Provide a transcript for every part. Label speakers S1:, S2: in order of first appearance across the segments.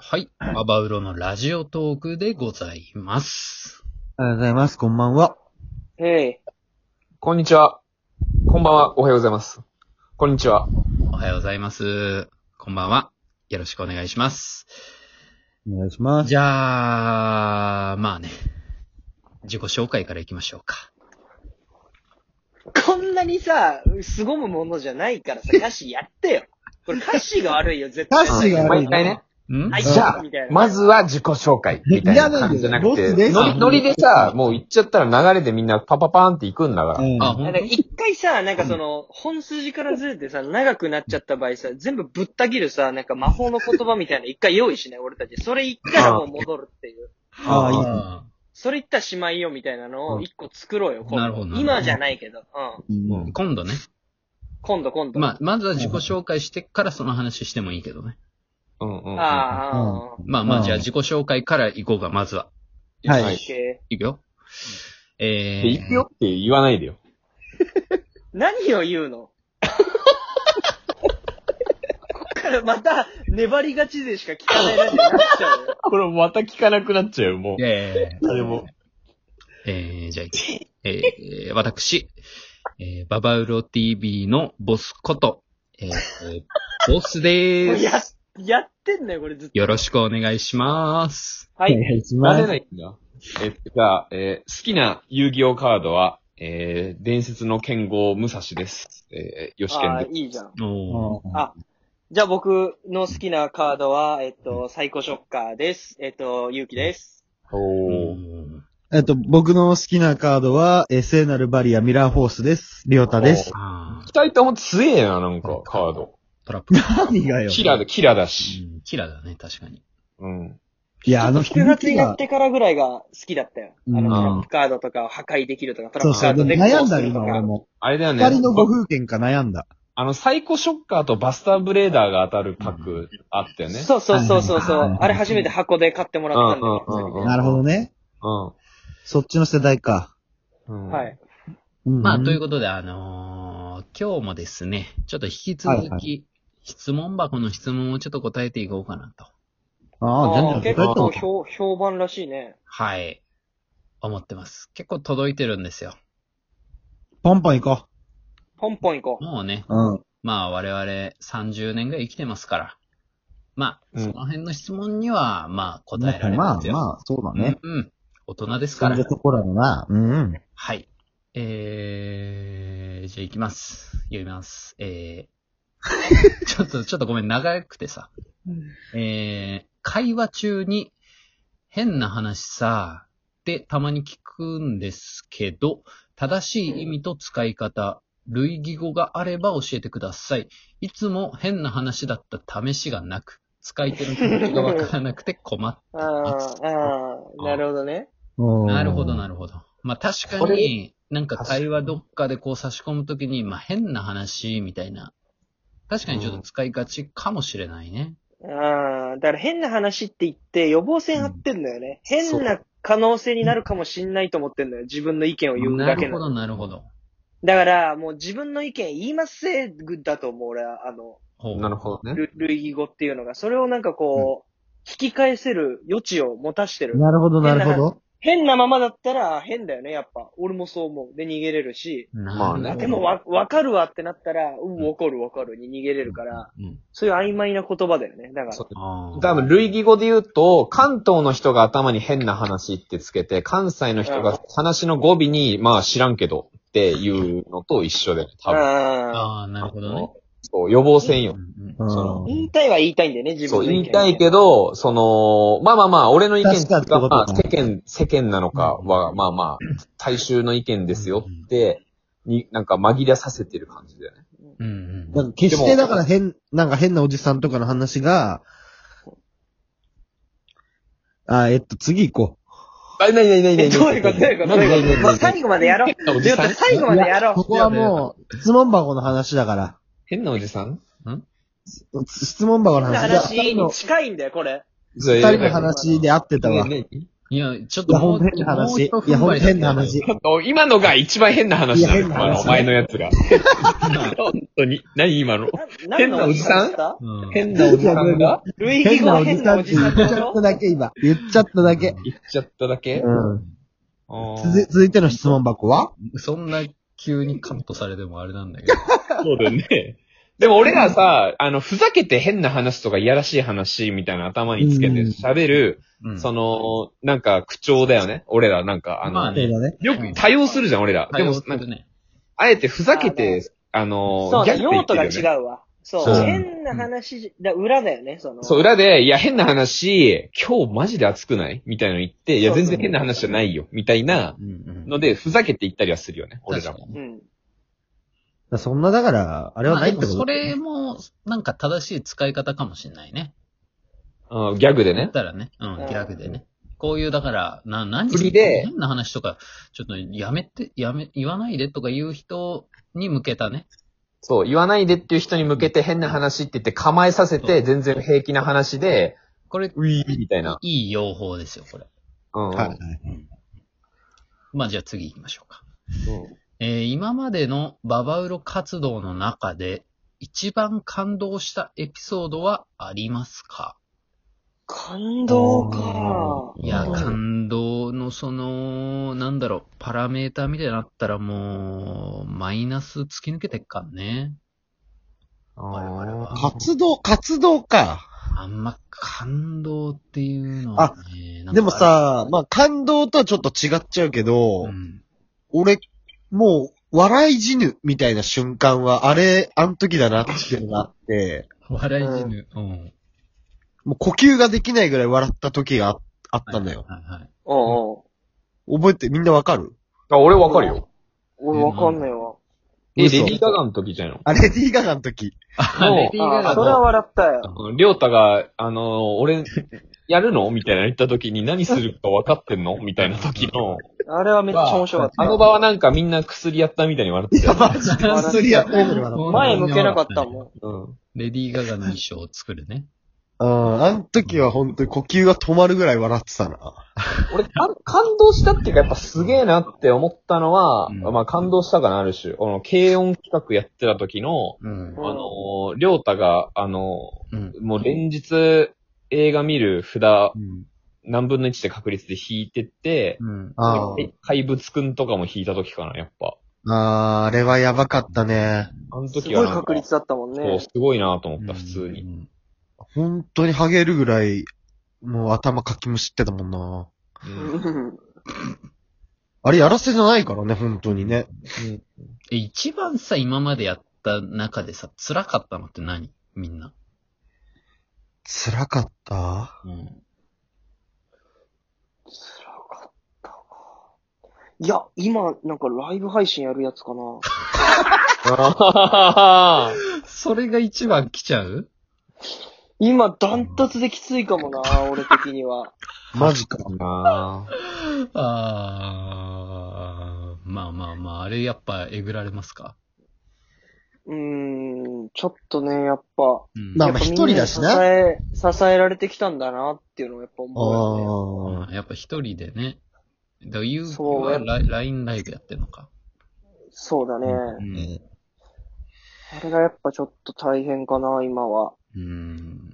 S1: はい。アバウロのラジオトークでございます。
S2: ありがとうございます。こんばんは。
S3: ええ。
S4: こんにちは。こんばんは。おはようございます。こんにちは。
S1: おはようございます。こんばんは。よろしくお願いします。
S2: お願いします。
S1: じゃあ、まあね。自己紹介からいきましょうか。
S3: こんなにさ、凄むものじゃないから さ、歌詞やってよ。これ歌詞が悪いよ、絶対。
S2: 歌詞が悪い
S4: 毎回ね。
S1: ん
S3: はい、
S4: じゃあ
S3: みたいな。
S4: まずは自己紹介みたいな感じじゃなく
S2: いや
S4: て、
S2: ねえんだよボスです
S4: ノリノリでさ、もう行っちゃったら流れでみんなパパパーンって行くんだから。
S2: うん
S1: あ、
S3: な
S1: ほん
S3: んか
S1: と
S3: 一回さ、なんかその、本筋からずれてさ、長くなっちゃった場合さ、全部ぶった切るさ、なんか魔法の言葉みたいなの一回用意しない、俺たち。それ言ったらもう戻るっていう。
S2: ああ、いいね。
S1: あ
S3: それ言ったらしまいよみたいなのを一個作ろうよ、今度
S1: なるほどなるほど
S3: 今じゃないけど。うん。
S1: ー今度ね。
S3: 今度今度。
S1: まあ、まずは自己紹介してからその話してもいいけどね。
S4: うんうんうん。
S3: ああ、ああ、
S1: まあま
S2: う
S1: あ、
S2: ん
S1: じゃあ自己紹介から行こうか、まずは。
S2: はい
S3: オッケ
S1: いくよ。え
S4: で
S1: ー。
S4: 行くよって言わないでよ。
S3: ー何を言う のこっからまた、粘りがちでしか聞かないラジオになっちゃうよ。
S4: これまた聞かなくなっちゃうよ、も
S1: い。やいやいや
S4: 誰も。
S1: えー、じゃあ、えー、私、えー、ババウロ TV のボスこと、えーえー、ボスでー
S3: や
S1: す。、
S3: やってんだよ、これずっと。
S1: よろしくお願いします。
S3: は
S2: はい。お
S3: い。
S2: 願いし
S4: な
S2: ま
S4: れ
S2: す。
S4: ないんだ。えっと、じゃあ、えー好きな遊戯王カードは、えー伝説の剣豪武蔵です。えー、吉
S3: あ
S4: 健
S3: あ、
S4: です。
S3: いいじゃん。
S1: おー
S2: あ
S3: あ、じゃあ僕の好きなカードは、えっと、サイコショッカーです。えっと、勇気です。
S1: お
S4: おー。
S1: ー
S2: えっと、僕の好きなカードは、えー聖なるバリアミラーホースです。リオタです。
S1: あー
S4: 二人とも強えな、なんか、カード。
S1: トラップ。う
S2: 何がよ。
S4: キラだ、キラだし。
S1: んキラだね、確かに。
S4: うん。
S2: いや、あの、
S3: 9月になっ
S2: 響
S3: てからぐらいが好きだったよ。
S2: う
S3: あの、
S2: ん
S3: トラップカードとかを破壊できるとか、ト
S2: き
S3: ラ
S2: そ
S3: ッ
S2: う
S3: プ
S2: そ
S3: カー
S2: う。で
S3: ド
S2: も
S3: で
S2: 悩んだよ、
S3: こうすると
S2: 今
S3: か
S2: 俺も。
S4: あれだよね。
S2: 二人のご風景か悩んだ。
S4: あの、サイコショッカーとバスターブレーダーが当たるパックあったよね。
S3: そうそうそうそうそ
S2: はいはいは
S3: う
S2: い。
S3: あれ初めて箱で買ってもらったんだよ。
S4: うんうんうんうん
S2: なるほどね。そっちの世代か。
S4: うん。うん。
S3: は。い。
S2: うん
S1: まあ、ということで、あのー今日もですね、ちょっと引き続き、
S2: はいは
S1: 質問箱の質問をちょっと答えていこうかなと。
S2: ああ、
S3: あー
S2: 全然
S3: 結
S2: 答えた
S3: 構
S2: わ。
S3: 評評判らしいね。
S1: はい。思ってます。結構届いてるんですよ。
S2: ポンポン行こ
S3: ポンポン行こう。
S1: もうね、
S2: う。うん。
S1: まあ我々30年ぐらい生きてますから。まあ、
S4: うん
S1: その辺の質問には、まあ答えられ
S2: ま
S1: ま
S2: あ
S1: すよ。
S2: まあ、そうだね。
S1: うん、うん。大人ですか
S2: そん
S1: ら
S2: な。ところだな。うんうん。
S1: はい。えー、じゃあ行きます。読みます。え ー、ちょっと、ちょっとごめん、長くてさ。えー、会話中に、変な話さ、ってたまに聞くんですけど、正しい意味と使い方、類義語があれば教えてください。いつも変な話だった試しがなく、使い手の気持ちがわからなくて困 っ
S3: ああ、ああ、なるほどね。
S1: な
S2: な
S1: るほど、なるほど。まあ確か
S4: こ
S1: に、なんか会話どっかでこう差し込むときに、まあ変な話みたいな。確かにちょっと使いがちかもしれないね。
S3: ああ、だから変な話って言って予防線張ってんだよね。変な可能性になるかもしんないと思ってんだよ。自分の意見を言う
S1: な
S3: だけ
S1: るほど、
S3: の。
S1: なるほど。
S3: だから、もう自分の意見言いますせだと思う、俺は。あの、
S1: ほう
S4: なるほどね。
S3: る類義語っていうのが。それをなんかこう、引き返せる余地を持たしてる。
S2: なるほど、なるほど。
S3: 変なままだったら変だよね、やっぱ。俺もそう思う。で、逃げれるし。
S1: なるほ
S4: まあ
S1: ど。
S4: ね
S3: でも、わ、わかるわってなったら、うん、わかるわかるに逃げれるから、
S1: うん。
S3: そういう曖昧な言葉だよね。だから
S4: そ。
S1: あー
S4: 多分、類義語で言うと、関東の人が頭に変な話ってつけて、関西の人が話の語尾に、まあ知らんけどっていうのと一緒で、多分。
S3: ああ。
S1: あー、なるほどね。
S4: そう、予防線
S1: う
S4: よ。
S1: ん
S2: うん
S4: その
S3: 言いたいは言いたいんだよね、自
S4: そ
S3: 分
S4: う、
S3: の
S4: 言
S3: 意見
S4: いたいけど、その、まあまあまあ、俺の意見
S2: 確かにって
S4: が、
S2: こと
S4: ま
S2: だ
S4: あ、世間、世間なのかは、まあまあ、大衆の意見ですよって、に、なんか紛らさせてる感じだよね。
S1: うんうん
S2: だから決してだから変、なんか変なおじさんとかの話が、あ、えっと、次行こ
S4: あ、なになになにな
S3: え
S4: に
S3: どういうことどういうことどういうこともう最後までやろう。
S4: 変なおじ
S3: ずっ
S4: さ
S3: と
S4: ん
S3: 最後までやろ
S2: う。ここはもう、質問箱の話だから。
S4: 変なおじさん
S2: 質問箱
S3: う。
S2: の
S3: 変な
S2: 話だ。
S3: 話
S2: 二人
S3: に
S2: の
S3: 近いんだよ、これ。
S4: 二
S2: 二人の話で合ってたわ。
S4: ね
S1: いや、ちょっ
S2: い
S1: と
S2: や、
S1: も
S2: ほん
S1: う、
S2: と変な
S1: もう一
S2: 話。い
S1: 踏
S2: や、
S1: ん張
S2: ほん
S1: り
S2: と
S1: だ
S2: 変な話。
S4: お今のが一番変な話なの
S2: いや変な話
S4: あのお前のやつが。本当に。何今の。
S3: な
S4: 変なおじさ
S3: 何
S4: ん
S3: の話でし
S1: うん
S4: 変なおじさん
S2: いや
S4: が
S3: た類義
S2: 変
S3: 語
S2: な
S3: は
S2: おじ
S3: 変
S2: さ
S3: なんお
S2: って
S3: じさ
S2: 言っ
S3: んで
S2: ち
S3: し
S2: ゃ
S3: ょ
S2: っただけ、今。言っちゃっただけ。
S4: 言っちゃっただけ
S2: うん。
S4: あー
S2: 続続いての質問箱は
S1: そんな急にカットされてもあれなんだけど。
S4: そうだよね。 でも俺らさ、あの、ふざけて変な話とかいやらしい話みたいな頭につけて
S2: うん
S4: 喋る、
S1: うん
S4: その、なんか口調だよね。俺らなんか、あの、
S1: まあね
S2: だね。
S4: よく多用するじゃん、俺ら。で
S1: 対応
S4: も
S1: す、
S4: な
S1: る
S4: んか、
S1: ね。
S4: あえてふざけて、あの、
S3: そうね、
S4: ギャグ
S3: 用
S4: っ
S3: 途
S4: て言
S3: が
S4: ってるよね
S3: 違うわ。そう。
S4: そう
S3: 変な話じ、だ裏だよね、その。
S4: そう、裏で、いや、変な話、今日マジで暑くないみたいなの言って、いや、
S3: そうそう
S4: 全然変な話じゃないよ、みたいな
S1: うんうん。
S4: ので、ふざけて言ったりはするよね、俺
S1: 確
S4: ら
S1: か
S4: も。
S1: に。
S3: うん。
S2: そんな、だから、あれは
S1: まあ
S2: ない
S1: で
S2: って
S1: も
S2: こと
S1: それも、なんか正しい使い方かもしれないね。
S4: あーギャグで
S1: だっ
S4: ね。
S1: たらね、うん
S3: うん、
S1: ギャグでね。こういう、だから、な、何
S4: 振りで
S1: 変な話とか、ちょっとやめて、やめ、言わないでとか言う人に向けたね。
S4: そう、言わないでっていう人に向けて変な話って言って構えさせ
S1: そ
S4: て、全然平気な話で、
S1: これ、
S4: ウィーみたいな。
S1: いい用法ですよ、これ。
S4: うん。
S2: はいはい。
S1: まあじゃあ次行きましょうか。
S4: うん
S1: えー今までのババウロ活動の中で、一番感動したエピソードはありますか
S3: 感動か。
S1: いや、
S4: うん
S1: 感動のその、なんだろう、パラメーターみたいになったらもう、マイナス突き抜けてっかんね。
S4: あー
S2: 活動、活動か。
S1: あんま感動っていうのはね。なんか
S2: でも、さ、まあ、感動とはちょっと違っちゃうけど、
S1: うん。
S2: 俺、もう、笑い死ぬみたいな瞬間は、あれ、あの時だなっていうのがあって、
S1: 笑い死ぬ。うん。
S2: もう呼吸ができないぐらい笑った時がああったんだよ。
S1: はいはい。
S3: おう
S2: 覚えて、みんなわかる
S4: あ、俺わかるよ。
S3: おう。俺わかんないわ。
S4: え、レ
S2: 嘘
S4: ディーガガの時じゃないの
S2: あれ、ディーガガの時。
S1: あ、レディーガ
S3: あ
S1: ガ
S3: ーそれは
S1: の
S3: 笑ったよ。
S4: うんりょうたが、あのー俺、やるのみたいな言った時に何するか分かってんのみたいな時の、
S3: あれはめっちゃ面白かった。
S4: あの場はなんかみんな薬やったみたいに笑ってたよ、ね。
S2: すりやったぐらい笑っ
S3: 前向けなかったもん。
S4: うん。
S1: ん。レディーガガの衣装を作るね。
S2: た。うん、あの時は本当に呼吸が止まるぐらい笑ってたな。
S4: 俺感、感動したっていうか、やっぱすげえなって思ったのは、
S1: うん
S4: まあ感動したかな、ある種。この、軽音企画やってた時の、
S1: うん
S4: あ。のー、りょうたが、あの
S1: うん。
S4: ー、もう連日映画見る札
S2: うん。
S4: 何分の1で確率で弾いてって、
S1: うん。
S2: あ
S4: で怪物くんとかも弾いた時かな、やっぱ。
S2: あ、ああ、あれはやばかったね。
S4: あの
S3: す
S4: 時は
S3: ごい
S4: なんか
S3: 確率だったもん
S4: そう、
S3: ね。
S4: すごいなと思った、普通に。
S1: に。
S2: 本当にハゲるぐらい、もう頭かきむしってたもんな。
S4: うん
S3: うん
S2: あれやらせじゃないからね、本当にね。
S1: え、一番さ、今までやった中でさ、辛かったのって何みんな。
S2: 辛かった
S1: うん。
S3: 辛かったか。いや、今、なんかライブ配信やるやつかな。
S4: あ
S1: それが一番来ちゃう
S3: 今、ダントツできついかも な、俺的には。
S2: マジか。
S4: あ。
S1: あー、まあまあまあ、あれやっぱえぐられますか
S3: うーん、ちょっとね、やっぱ。
S1: うん。
S2: まあ
S3: やっぱ
S2: 一人だしな
S3: みんなに支え、支えられてきたんだなっていうのをやっぱ思うよね。
S2: あ
S1: うんやっぱ一人でね。だゆうき
S3: そう
S1: はラ LINE ライブやってんのか。
S3: そうだね。
S1: うん。
S3: あれがやっぱちょっと大変かな、今は。
S1: うん。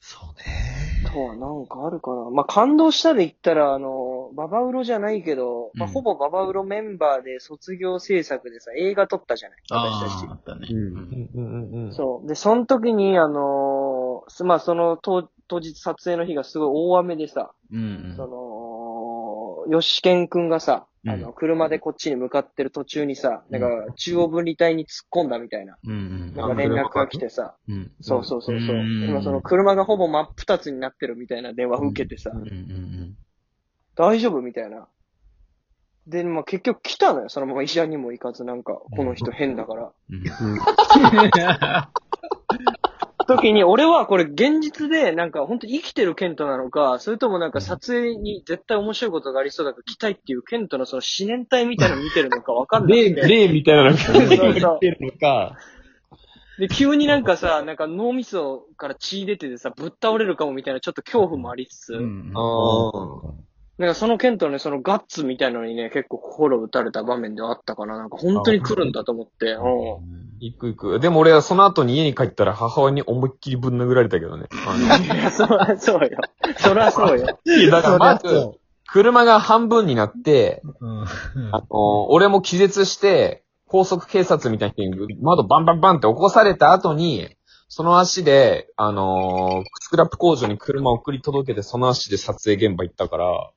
S2: そうね。
S3: あとはなんかあるかな。まあ、感動したで言ったら、あの、ババウロじゃないけど、まあ、
S1: うん
S3: ほぼババウロメンバーで卒業制作でさ、映画撮ったじゃない
S1: あ
S3: 私たち
S1: あ、あ。ったね。
S2: うん
S4: うんうんうんうん。
S3: そう。で、その時に、あのーすまあ、その当、当日撮影の日がすごい大雨でさ、
S1: うん。うん
S3: その、吉健くんがさ、あ
S1: う
S3: の、車でこっちに向かってる途中にさ、
S1: うん
S3: なんか、中央分離帯に突っ込んだみたいな、
S1: うん。
S3: なんか連絡が来てさ、
S1: うん。うん。
S3: そうそうそうそう。
S1: うん
S3: 今その車がほぼ真っ二つになってるみたいな電話を受けてさ、
S1: うん。うん。
S3: 大丈夫みたいな。で、まあ、結局来たのよ。そのまま医者にも行かず、なんか、この人変だから。
S1: うん。
S2: うん。
S3: 時に、俺はこれ現実で、なんか本当に生きてるケントなのか、それともなんか撮影に絶対面白いことがありそうだから来たいっていうケントのその思念体みたいなの見てるのかわかんない。
S4: 例、例みたいなのが
S3: そうそう
S4: 出てるのか。
S3: で、急になんかさ、なんか脳みそから血出ててさ、ぶっ倒れるかもみたいなちょっと恐怖もありつつ、
S1: うん。
S4: あ
S3: なんかその剣とね、そのガッツみたいのにね、結構心打たれた場面ではあったかな。なんか本当に来るんだと思って、うん。
S4: 行く行く。でも俺はその後に家に帰ったら母親に思いっきりぶん殴られたけどね。あ
S3: いや、そらそうよ。そらそうよ。
S4: の だからまず、
S2: そ
S4: 車が半分になって、
S1: うん。
S4: あの、俺も気絶して、高速警察みたいな人に窓バンバンバンって起こされた後に、その足で、あのースクラップ工場に車を送り届けて、その足で撮影現場行ったから、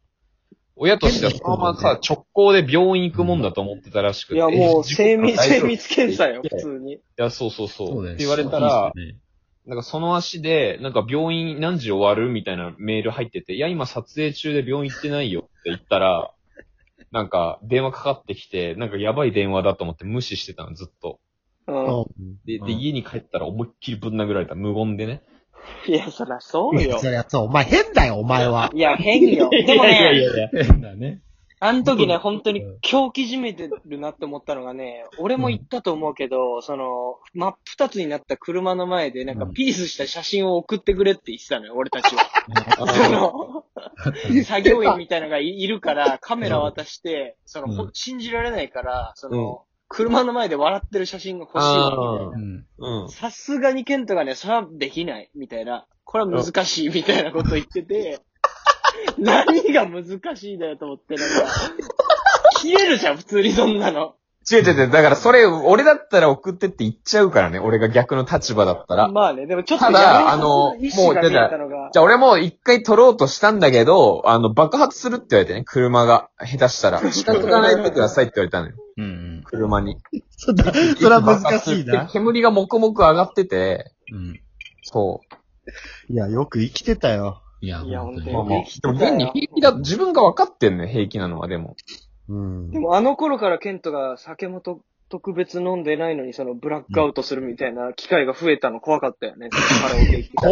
S4: 親としてはそのままさ、直行で病院行くもんだと思ってたらしくて。
S3: いや、もう、精密、
S4: 大丈夫
S3: 精密検査よ、普通に。
S4: いや、そうそうそう。
S1: そうだよね。
S4: って言われたら、
S1: そうですね
S4: なんかその足で、なんか病院何時終わるみたいなメール入ってて、いや、今撮影中で病院行ってないよって言った ら、なんか電話かかってきて、なんかやばい電話だと思って無視してたの、ずっと。
S3: うん。
S4: で、
S1: う
S4: で、
S1: ん
S4: 家に帰ったら思いっきりぶん殴られた。無言でね。
S3: いや、そらそうう
S2: いや
S3: よ
S2: そ。りゃそう。お前変だよ、お前 は。
S3: いや、変よ。でも
S4: いやい
S3: ね、
S4: やいや。
S1: 変だね。
S3: あの時ね、本当に狂気じめてるなって思ったのがね、俺も言ったと思うけど、その、真っ二つになった車の前で、なんかピースした写真を送ってくれって言ってたのよ、俺たちは。そ の、作業員みたいのがいいるから、カメラ渡して、その、
S4: う
S3: ほ信じられないから、そうの、車の前で笑ってる写真が欲しいわ
S4: ああ
S1: う、ん。
S4: うん。
S3: さすがにケントがね、それはできない、みたいな。これは難しい、みたいなこと言って て、何が難しいんだよと思って、なんか、切れるじゃん、普通にそんなの。
S4: 違う違う違う。だからそれ、俺だったら送ってって言っちゃうからね。俺が逆の立場だったら。
S3: まあね、でもちょっと
S4: た
S3: や
S4: だ
S3: めよう
S4: あの
S3: 意思が見えたのが
S4: じゃあ俺も一回撮ろうとしたんだけど、あの、爆発するって言われてね、車が。下手したら。仕方がないでくださいって言われたのよ。
S1: うんうん。
S4: 車に。
S2: そんなそれは難しい
S4: 爆発
S2: な
S4: て。煙がもくもく上がってて、
S1: うん。
S4: そ
S2: いや、よく生きてたよ。
S1: いや、
S3: いや
S1: 本当
S4: う。
S1: に。
S4: まあ
S3: 本
S4: まあ
S3: 生き。て
S4: で
S3: た
S4: も
S3: よ
S4: 現に平気だ、自分が分かってんね、平気なのは、でも。
S2: うん
S3: で。もあの頃からケントが酒もと特別飲んでないのに、そのブラックアウトするみたいな機会が増えたの怖かったよね。カラオケ行ってたら。